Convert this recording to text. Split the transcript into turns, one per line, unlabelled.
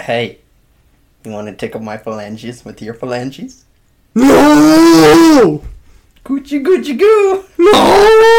Hey, you want to tickle my phalanges with your phalanges?
No!
Gucci, Gucci, goo!
No!